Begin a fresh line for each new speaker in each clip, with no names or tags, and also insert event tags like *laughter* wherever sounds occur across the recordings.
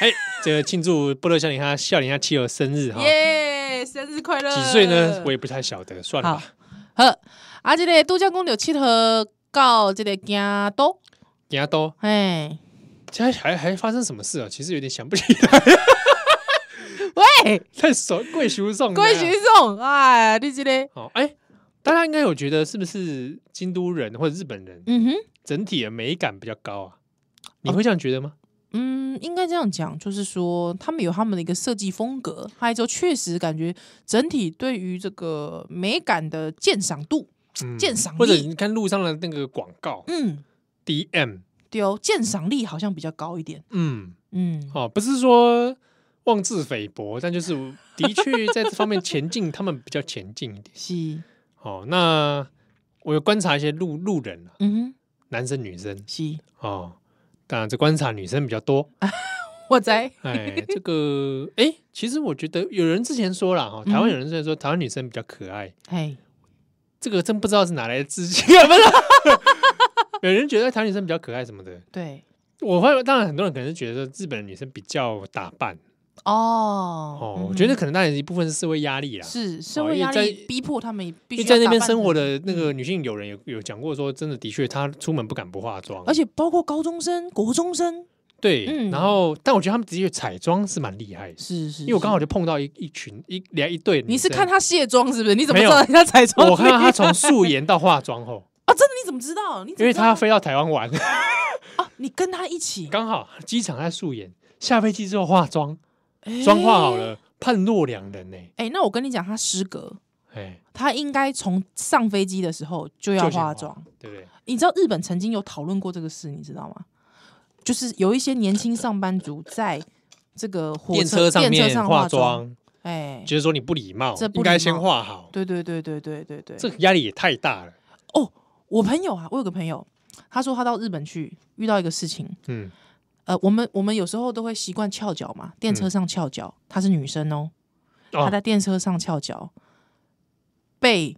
哎，这个庆祝波特小林他笑脸他妻儿生日哈，
耶，生日快乐！
几岁呢？我也不太晓得，算了
好
吧。，
好，啊，这个度假公有七和到这个京都，
给他都，
哎，
还还还发生什么事啊？其实有点想不起来， *laughs*
喂，
太熟贵叔送的啊
关学总，哎，你这个，
哦，哎，大家应该有觉得是不是京都人或者日本人
嗯哼，
整体的美感比较高啊？你会这样觉得吗？
嗯，应该这样讲，就是说他们有他们的一个设计风格，还有就确实感觉整体对于这个美感的鉴赏度，
嗯
鉴赏力
或者你看路上的那个广告
嗯，
DM，
对哦，鉴赏力好像比较高一点，
嗯，
嗯，
哦，不是说妄自菲薄，但就是的确在这方面前进，他们比较前进一点。
是，
哦，那我有观察一些路路人啊，
嗯哼，
男生女生
是，
哦，当然这观察女生比较多。
我在，
哎，这个哎，其实我觉得有人之前说了哈，台湾有人之前说台湾女生比较可爱，
哎，
这个真不知道是哪来的自信，不是？ *laughs* 有人觉得台湾女生比较可爱什么的，
对，
我发现当然很多人可能是觉得说日本女生比较打扮
哦，
哦
嗯，
我觉得
哼
可能当然一部分是社会压力啦，
是社
哦
会
因为
压
在
力逼迫他们必
因
须
为在
要
那
打
边
扮
生活
成嗯
的那个女性友人有有讲过说，真的的确她出门不敢不化妆，
而且包括高中生、国中生，
对，
嗯
然后但我觉得他们的确彩妆是蛮厉害的，
是是，
因为我刚
是
好就碰到一一群一两一对，
你是看。她卸妆是不是？你怎么
没
知
有
道人家彩妆？
我看到她从素颜到化妆后，
*laughs* 啊，真的你怎么知道？你
因
怎么
为
知
他要
道
飞到台湾玩， *laughs*
啊，你跟她一起
刚好机场在素颜，下飞机之后化妆，妆化好。
哎
了，判若两人呢、
哎、那我跟你讲，她失格，
哎，
她应该从上飞机的时候就要
就先
化
化
妆。
对不对？
你知道日本曾经有讨论过这个事，你知道吗？就是有一些年轻上班族在这个火
电
车
车上
电
面
车上
化
妆，
妆，
哎、
觉得说你不礼貌
这，不
应
礼
该先
貌
化好，
对对对对对对对，
这个压力也太大了。
我朋友啊，我有个朋友，他说他到日本去遇到一个事情，
嗯，
呃，我们我们有时候都会习惯翘脚嘛，电车上翘脚，她是女生哦，
嗯
她
哦，
在电车上翘脚，被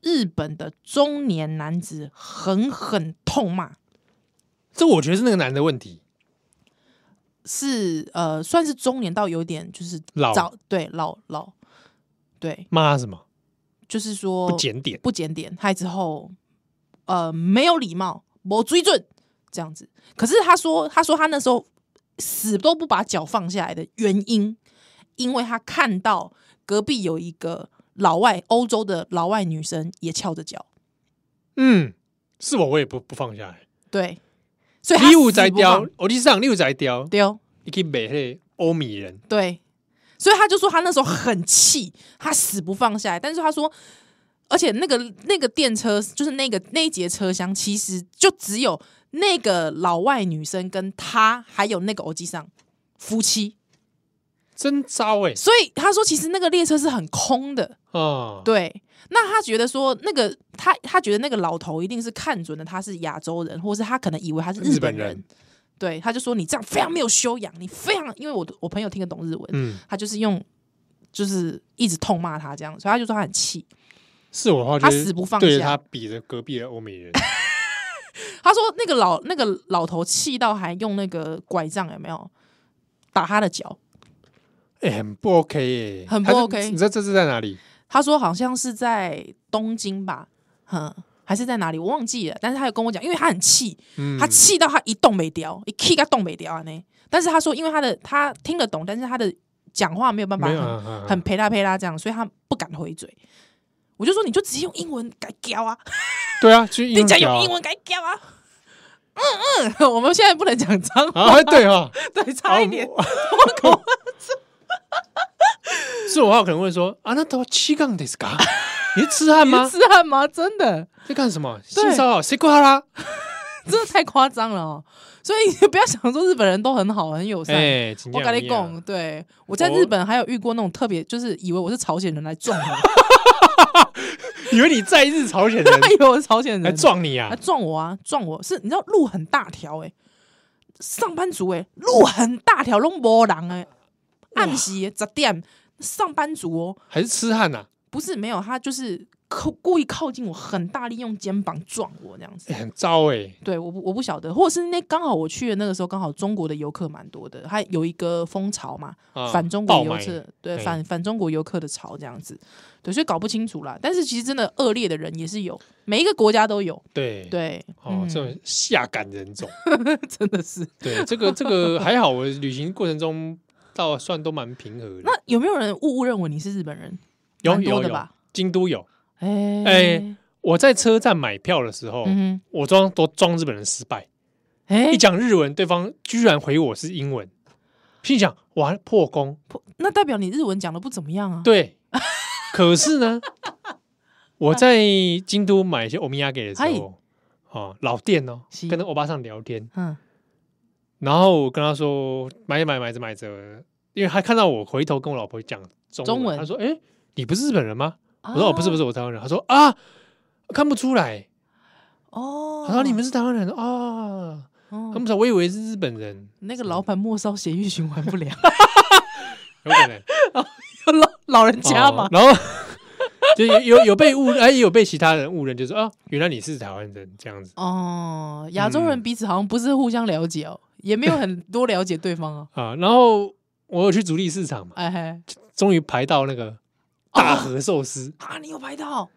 日本的中年男子狠狠痛骂，
这我觉得是那个男的问题，
是呃，算是中年到有点就是
老
早对老老对，
骂什么
就是说
不检点，
不检点，还之后呃没有礼貌，没追准这样子。可是他说，他说他那时候死都不把脚放下来的原因，因为他看到隔壁有一个老外欧洲的老外女生也翘着脚，
嗯，是我我也不不放下来。
对，所以 *laughs* 他
你有
死
在
不
雕
放，哦
我你上你有在雕，
丢
你可以美黑欧米人，
对，所以他就说他那时候很气，他死不放下来。但是他说，而且那个那个电车就是那个那一节车厢，其实就只有那个老外女生跟他，还有那个欧吉桑夫妻。
真糟哎
所以他说，其实那个列车是很空的。
啊！
对，那他觉得说，那个他他觉得那个老头一定是看准了他是亚洲人，或是他可能以为他是日
啊日
本
本
人。
人
对，他就说你这样非常没有修养，你非常因为我我朋友听得懂日文，
嗯，
他就是用就是一直痛骂他这样，所以他就说他很气。
是我的话，
他
就是
死不放
对着
下
他比着隔壁的欧美
*laughs*
人，
他说那个老那个老头气到还用那个拐杖有没有打他的脚？
哎、很不 OK 耶、
很不
他是
OK
你知道这是在哪里？
他说好像是在东京吧，哼，还是在哪里我忘记了。但是他有跟我讲，因为他很气，
嗯，
他气到他一动没掉，一气他动没掉啊呢。但是他说，因为他的他听得懂，但是他的讲话没有办法
没有
很
啊
很陪他陪他这样，所以他不敢回嘴。我就说，你就直接用英文改教啊，
对啊，去
你
英
讲
文
用英文改教啊。嗯嗯，我们现在不能讲脏话，
啊，对哈、哦，
对， *laughs* 差
*laughs*
一点。
啊我是我的话可能会说啊，那都七杠的是
*laughs*
嘎，你是痴汉
你
吗
是？痴汉吗？真的，
在干什么？
对
性骚扰？谁挂啦？
真的太夸张了哦！所以你不要想说日本人都很好，很友善。
哎、
我跟你讲，，对我在
我
日本还有遇过那种特别，就是以为我是朝鲜人来撞我，
以为你在日朝鲜人
*laughs* 以为我是朝鲜
来
人
撞
*laughs*
你
来
啊？
撞我啊，撞我是你知道路很大条哎、上班族哎、路很大条，拢无人哎、暗时十点上班族哦、
还是痴汉呐、啊？
不是没有他就是靠故意靠近我，很大力用肩膀撞我这样子
哎。很糟哎、
对，我不我不晓得，或者是那刚好我去的那个时候，刚好中国的游客蛮多的，还有一个风潮嘛，
啊
反中
爆哎
国游
买
客，对
嘿
反反中国游客的潮这样子，对，所以搞不清楚啦。但是其实真的恶劣的人也是有，每一个国家都有，
对，
对，
哦，
嗯
这种下感人种。
*laughs* 真的是。
对，这个这个还好，我旅行过程中倒算都蛮平和
那
的。
有没有人误误认为你是日本人？
有
蛮多
有
的
有
吧，
京都有。
哎
哎我在车站买票的时候，
嗯
我装都装日本人失败，
哼，哎
一，讲日文，对方居然回我是英文，心想哇破功。
那代表你日文讲的不怎么样啊？
*laughs* 对，可是呢，我在京都买一些欧米亚给的时候，哦，老店哦，
是
跟那欧巴上聊天，
嗯，
然后我跟他说买一买买着买着，因为他看到我回头跟我老婆讲中
中文啊
他说：“哎、你不是日本人吗？”
我
我说：“哦，不是不
是，
是，我台湾人。”他说：“啊，看不出来。”
哦，
他说：“你们是台湾人啊？”
哦
他们说：“我以为是日本人，
那个老板末梢血液循环不 *laughs* 良，
有可能
*laughs* 老老人家嘛
哦，然后 *laughs* 就有有有被误，哎，也有被其他人误认，就说：“啊，原来你是台湾人。”这样子
哦，亚洲人
嗯
彼此好像不是互相了解哦，也没有很多了解对方哦。 *laughs*
啊。然后我有去主力市场嘛，
哎嘿，
终于排到那个大和寿司。
啊，你有拍到？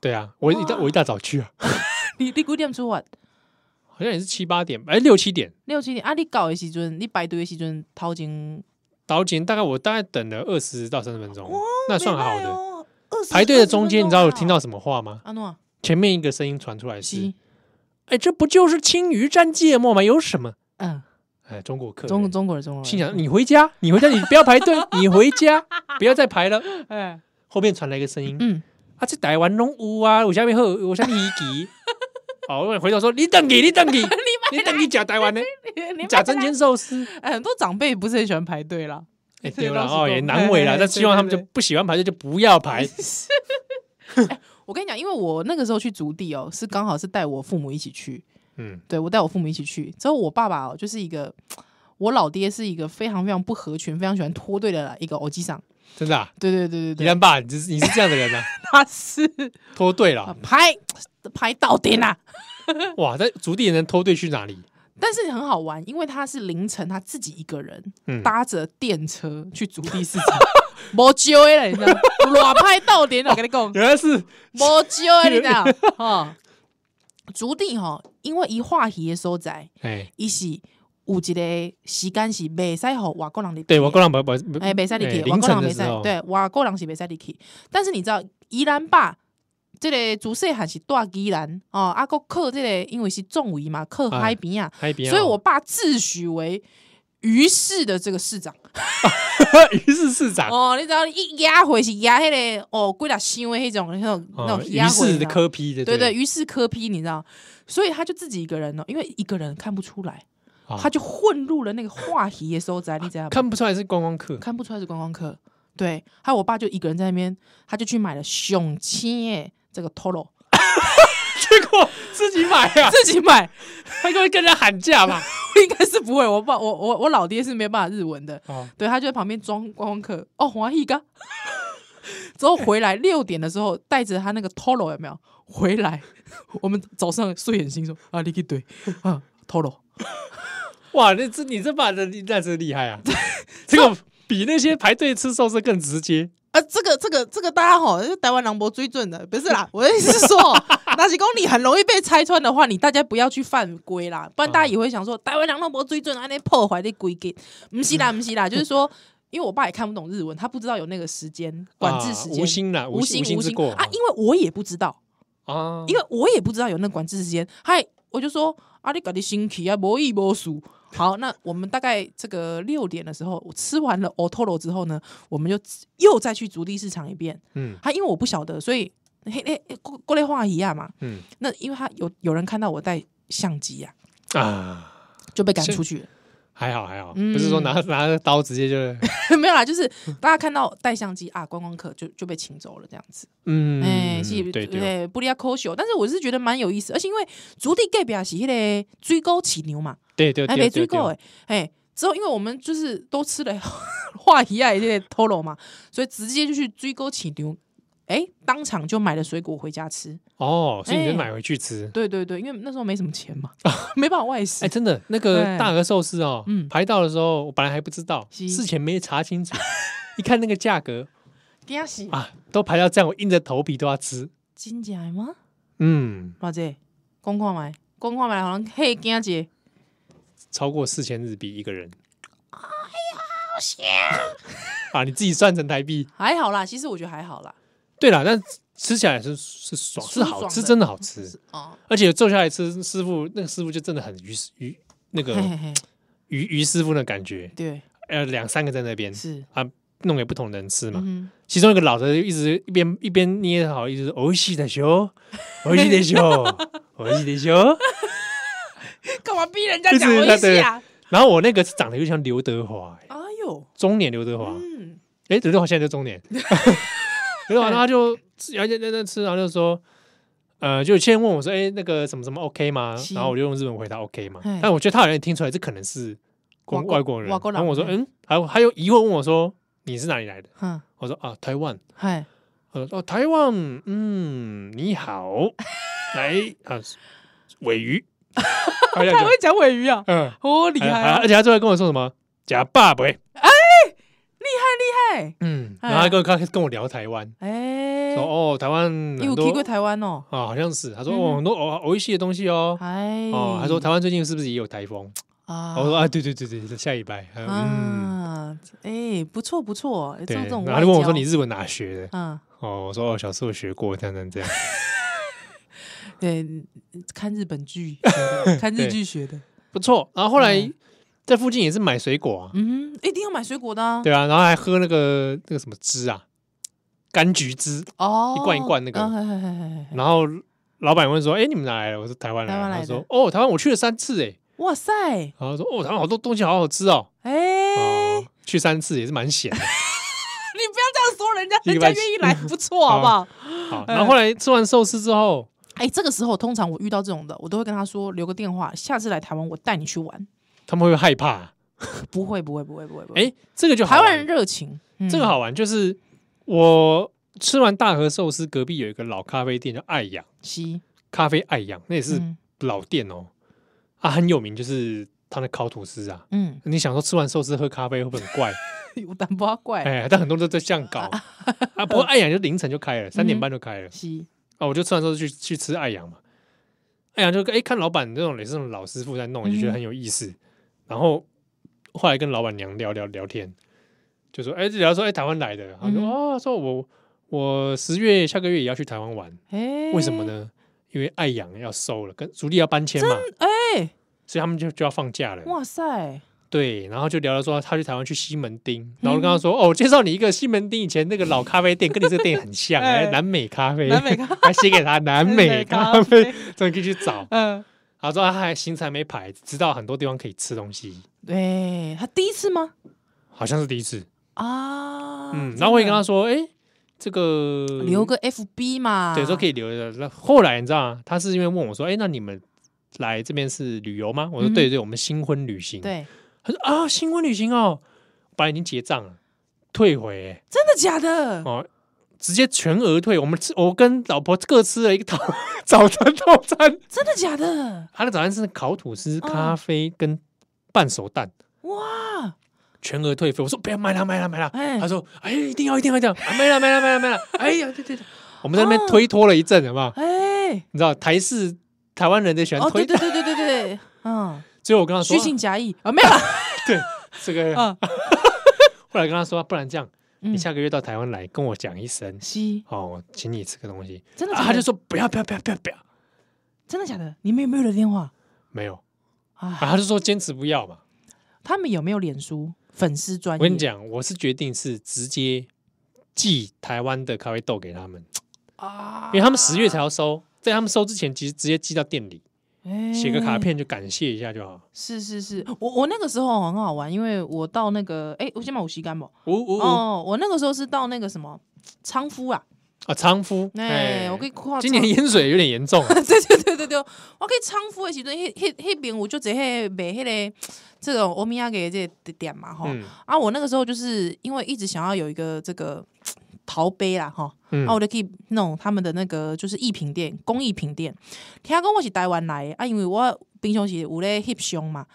对啊，我一大
哇
我一大早去啊，
你你几点出发？
好像也是七八点，哎，六七点。
六七点啊？你搞的时阵，你排队的时阵，掏钱
导剪大概我大概等了二十到三十分钟，那算好的。
的。20
排队的中间，你知道我听
到
到什么话吗？
阿诺
前面一个声音传出来是
西，：“
哎，这不就是青鱼蘸芥末吗？有什么
嗯，？”
哎，中国客人
中中国人，中国人，
心想：“啊你回家，你回家，你不要排队，你回家，不要再排了。
哎，”
后面传来一个声音
嗯，：“
啊，这台湾拢有啊，我下面后我下面一
*laughs*
级。”哦，我回头说：“你等你，你等你，你等你假台湾呢？
*laughs* *laughs* 你
你假真
间，
鲜寿
*laughs*
司。”
哎，很多长辈不是很喜欢排队啦，
哎，
这个
丢了
倒是
哦，
懂
也难为
嘿嘿
了。但
对
希望
对
他们就
对
不喜欢排队，就不要
*laughs*
排。
我跟你讲，因为我那个时候去竹地哦，是刚好是带我父母一起去，
嗯，
对我带我父母一起去。之后我爸爸哦，就是一个我老爹是一个非常非常不合群、非常喜欢脱队的一个偶机上。
真的啊。
对对对
你
对对，
看爸，你是你是这样的人啊， *laughs*
他是
脱队
啊 *laughs*
了，
拍拍到顶啦。
哇！但足地人脱队去哪里？
但是很好玩，因为他是凌晨他自己一个人
嗯，
搭着电车去竹地市场，没救了，你知道吗？裸拍到顶啊啦，我跟你讲，
原来是
没救了，你知道
*laughs*
吗？哦，竹地哈、因为一化鱼的所在，
哎，
伊是有一个时间是袂使互外国人入去的。
对我刚刚不不
哎，袂使入去，外
凌
国
晨
人
的
袂
时
使，
候，
对，外国人是袂使入去。但是你知道宜兰吧？这个主细汉是大宜兰哦，啊，个靠这个因为是重围嘛，靠海边啊，
海边哦，
所以
*laughs*
我爸自诩为于氏的这个市长
于是市长
哦，你知道一压回是压那个哦，几啦箱的那种那种那
哦
种
于
压回
是的科批的，
对对，
对，
于是科批，你知道，所以他就自己一个人哦，因为一个人看不出来，
哦
他就混入了那个话题的收窄，你知道吗？
看不出来是观光客， *laughs*
看不出来是观光客。对，还有我爸就一个人在那边，他就去买了熊青耶这个 *laughs* Toro，
结果自己买
*laughs*
啊，
自己买
他该会跟人家喊价吧？
应该是不会。我爸我我我老爹是没办法日文的，
哦，
对他就在旁边装观光客哦，华裔刚。 *laughs* 之后回来六点的时候，带着他那个 Toro 有没有回来？我们早上睡眼惺忪啊，你去对啊 Toro，
哇，那这你这把的那真厉害啊，这个比那些排队吃寿司更直接。
啊，这个这个这个大家好，就是台湾狼博追准的，不是啦，我的意思是说，那些公你很容易被拆穿的话，你大家不要去犯规啦，不然
嗯
大家也会想说、台湾狼博追准，安那破坏的规矩，不是
嗯
啦，不是啦，就是说。因为我爸也看不懂日文，他不知道有那个时间 *laughs* 管制时间、
啊无心啦无
无
心
心
无心之过哦
啊！因为我也不知道，
啊，
因为我也不知道有那管制时间，嗨，我就说啊，你搞的新奇啊，无意无数。好，那我们大概这个六点的时候，我吃完了 o t o r o 之后呢，我们就又再去竹地市场一遍。
嗯
他因为我不晓得，所以嘿嘿，嘿过过来画一样嘛。
嗯
那因为他有有人看到我带相机啊，
啊，
就被赶出去了。
还好还好，
嗯
不是说拿拿着刀直接
*laughs*
就
没有啦，就是大家看到带相机啊，观光客就就被请走了这样子。
嗯，
哎、是，
对对，
对，不利亚抠秀，但是我是觉得蛮有意思，而且因为竹地隔壁是那个水沟起牛嘛，
对对
哎，
对，
没
对
追够
对
哎哎。之后，因为我们就是 *laughs* 啊都吃了化一爱这些 Toro 嘛，所以直接就去追沟起牛。哎，当场就买了水果回家吃。
哦，所以你
哎
就买回去吃。
对对对，因为那时候没什么
*laughs*
钱嘛，没办法外食。
哎，真的，那个
对
大额寿司哦
嗯，
排到的时候我本来还不知道，
是
事前没查清
*laughs*
楚，一看那个价格
惊死！
啊，都排到这样，我硬着头皮都要吃。
真假的吗？
嗯，
马姐，讲看麦，讲看麦，好像嘿惊姐，
超过四千日币一个人。哎呀，好香！啊，你自己算成台币。
还好啦。其实我觉得还好啦。
对了，但吃起来是是爽，
舒
是好
爽
吃，
的
真的好吃。
哦，
而且坐下来吃，师傅那个师傅就真的很于于那个
嘿嘿嘿，
于于师傅的感觉。
对，
呃，两三个在那边
是，
啊，弄给不同人吃嘛。
嗯
其中一个老的就一直一边一边捏好，一直说“哦西的熊，
*laughs*
哦西的熊，哦西的熊
哼， *laughs* 干嘛逼人家
就是
讲我
他
一
对
下？”。
然后我那个是长得又像刘德华、欸
哎呦，
中年刘德华，
嗯，
哎、刘德华现在就中
*laughs*
年， *laughs* 刘德华然后他就吃，然后就在那吃，然后就说，呃，就先问我说，哎、那个什么什么 OK 吗？
是
然后我就用日文回答 OK 吗
嘿？
但我觉得他好像也听出来，这可能是
外
外
国
外国人。
外国人
然后我说，
嘿
嗯，还有还有疑惑问我说，你是哪里来的？
哼，
我说啊，台湾。
嗨，
他说哦，台湾，嗯，你好，来啊，尾
*laughs*
鱼，他
太会讲尾鱼啊，
嗯，
哦，厉
还
害
还
啊，
而且他最后跟我说什么？假爸爸，
厉害，
嗯，
哎
然后他跟我开始跟我聊台湾，
哎，
说哦，台湾
你
很
有去
多
过台湾哦？
啊，好像是，他说
嗯
哦，很多哦，偶一些的东西哦，
哎，
哦，他说台湾最近是不是也有台风？
啊
我说啊，对对对对，下礼拜，他说嗯，
啊，哎，不错不错，哎
对，
做这种
然后他
外交，
就问我说你日文哪学的？
嗯，
哦，我说哦，小时候学过，这样这样这样，
*laughs* 对，看日本剧，
*laughs*
看日剧学的，
不错。然后后来
嗯
在附近也是买水果啊，
嗯哼，一定要买水果的啊，
对啊，然后还喝那个那个什么汁啊，柑橘汁。
哦，
一罐一罐那个
嗯嘿嘿嘿嘿嘿
然后老板问说：“哎、你们哪来的？”我说：“台湾来
台
的。
湾来
他
的
说：“哦，台湾我去了三次哎。
哇塞，”
然后说：“哦，台湾好多东西好好吃哦。
哎，
哦，去三次也是蛮闲的。
你不要这样说人家，
一
人
般
家愿意来，不
*laughs*
错，好不
哦
好？
好，
嗯
然后后来吃完寿司之后，
哎，这个时候通常我遇到这种的，我都会跟他说留个电话，下次来台湾我带你去玩。
他们会不会害怕。
不会，不会，不会，不会，不会。
哎、这个就好
台
玩
湾人热情，嗯
这个好玩，就是我吃完大和寿司，隔壁有一个老咖啡店叫爱养
西
咖啡，爱养那也是
嗯
老店哦，啊，很有名，就是他的烤吐司啊。 *laughs*
嗯，
你想说吃完寿司喝咖啡会不会很
*laughs*
怪？
有胆不要怪
哎，但很多人都在这样
*laughs*
搞啊。不过爱养就凌晨就开了，三点半就开了
西
啊。我就吃完之后去去吃爱养嘛，爱养就哎看老板这种也是那种老师傅在弄，就觉得很有意思。然后后来跟老板娘聊聊聊天，就说哎就聊说哎台湾来的，他说
嗯
哦说我我十月下个月也要去台湾玩，
哎，
为什么？呢？因为爱养要收了，跟竹立要搬迁嘛，
哎，
所以他们就就要放假了。
哇塞，
对，然后就聊到说他去台湾去西门町，然后我跟他
嗯
说、哦，我介绍你一个西门町以前那个老咖啡店，跟你这个店很像，
*laughs* 哎
哎南美咖啡，
南美咖
还写给他南美咖啡，，所以可以去找。
嗯，
然后说他还行程还没排，知道很多地方可以吃东西，
对他第一次吗？
好像是第一次，
啊，哦
嗯，然后我也跟他
说
说，哎，这个
留个 FB 嘛，
对，说可
以，
以留着。那后来你知道吗？他是因为问我说，哎，那你们来这边是旅游吗？我说
嗯哼
对对，我们新婚旅行。
对，
他说啊，新婚旅行哦，本来已经结账了，退回、哎
真的假的？
哦，直接全额退。我们吃，我跟老婆各吃了一个 *laughs* 早早餐套餐，
真的假的？
他的早餐是烤吐司、
嗯
咖啡跟半熟蛋，
哇，
全额退费。我说不要买了，买了，买了。
哎
他说哎，一定要，一定要，一定要，啊买了，买了，买了，买了。
*laughs*
哎呀，对对对，我们在那边
哦
推脱了一阵，好不好？
哎，
你知道台式台湾人就喜欢
哦，
推哦
对对对对对对，嗯，
所以我跟他说
虚，情假意啊，没有啦，
*laughs* 对这个，
*laughs* 嗯
后来跟他说，不然这样，
嗯
哦你下个月到台湾来跟我讲一声，
西，
哦，我请你吃个东西。
真的假
啊，
的？
他就说不要，不要，不要，不要，不要，
真的假的？你们有没有留电话
没有。
啊？
啊，他就说坚持不要嘛。
他们有没有脸书粉丝专
我
业？
跟你讲，我是决定是直接寄台湾的咖啡豆给他们，
啊
因为他们十月才要收，在他们收之前，其实直接寄到店里，写个卡
哎
片就感谢一下就好。
是是是，我我那个时候很好玩，因为我到那个哎，我先把我吸干吧。
呜呜呜
哦，我那个时候是到那个什么仓夫啊，
啊，仓夫，
哎，我可以跨
今年
仓。
淹水有点严重啊
*laughs* 对对对对对，我去仓夫的时阵，迄迄迄边我就直接卖迄个这种欧米亚给这个店嘛吼。
嗯，
啊，我那个时候就是因为一直想要有一个这个陶杯啦，哈，
嗯
啊，我就去弄他们的那个就是艺品店、工艺品店。听讲我是台湾来的啊，因为我平常时有咧翕相嘛，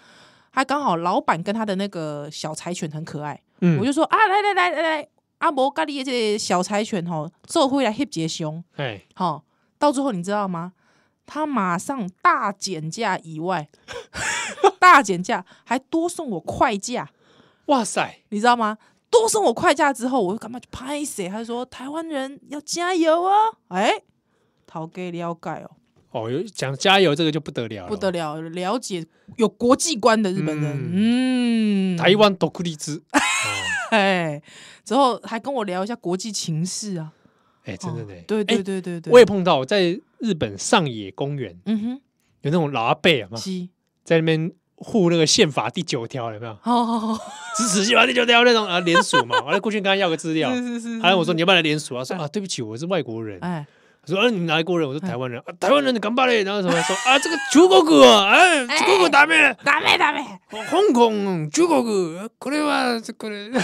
还刚好老板跟他的那个小柴犬很可爱，
嗯，
我就说啊，来来来来啊来，阿伯咖喱的这个小柴犬吼，做回来翕一个相，
哎，
吼，到最后你知道吗？他马上大减价以外， *laughs* 大减价还多送我快价。
哇塞，
你知道吗？多送我快价之后，我就赶快去拍谁？他就说台湾人要加油哦！哎、陶给了解哦，
哦，有讲加油这个就不得了了，
不得了，了解有国际观的日本人，嗯，
台湾独立之， *laughs* 哦
哎，之后还跟我聊一下国际情势啊，
哎，真的呢
哦，对对
哎，
对对对，
我也碰到在日本上野公园
嗯
有那种老阿伯啊
哼，
嘛，
鸡，
在那边护那个宪法第九条，有没有？
好好 *laughs* 好，
支持宪法第九条那种啊，联署
*laughs*
嘛，我来过去跟他要个资料，
是嗯是是，
他哎问我说你要不要来联署啊？说啊，对不起，我是外国人。
哎
他说啊，你哪里国人？我说台湾人。啊，
嗯
台湾人你干巴嘞？然后什么说啊，这个中国
*laughs*
啊，哎，中国ダメ，
ダメダ
哦
メ，
香港中国，呃これはこれ。
*laughs*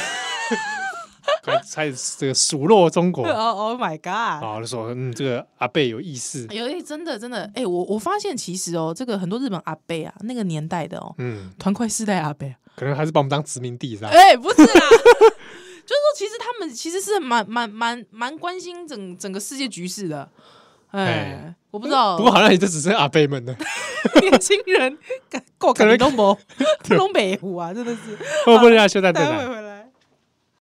开始这个数落中国啊，
哦 *laughs* Oh my god！
我就说嗯，这个阿贝有意思，
有哎，真的真的哎，我我发现其实哦，这个很多日本阿伯啊，那个年代的哦，
嗯，
团块世代阿伯啊，
可能还是把我们当殖民地是吧？
哎、不是啦，就是说，其实他们其实是蛮蛮蛮蛮关心整整个世界局势的。哎、
哎
我不知道，
不过好像也就只剩阿贝们了，
年轻 *laughs* 人够可能东博东北虎啊，真的是。
我不知道现在在
待
哪
会。回来。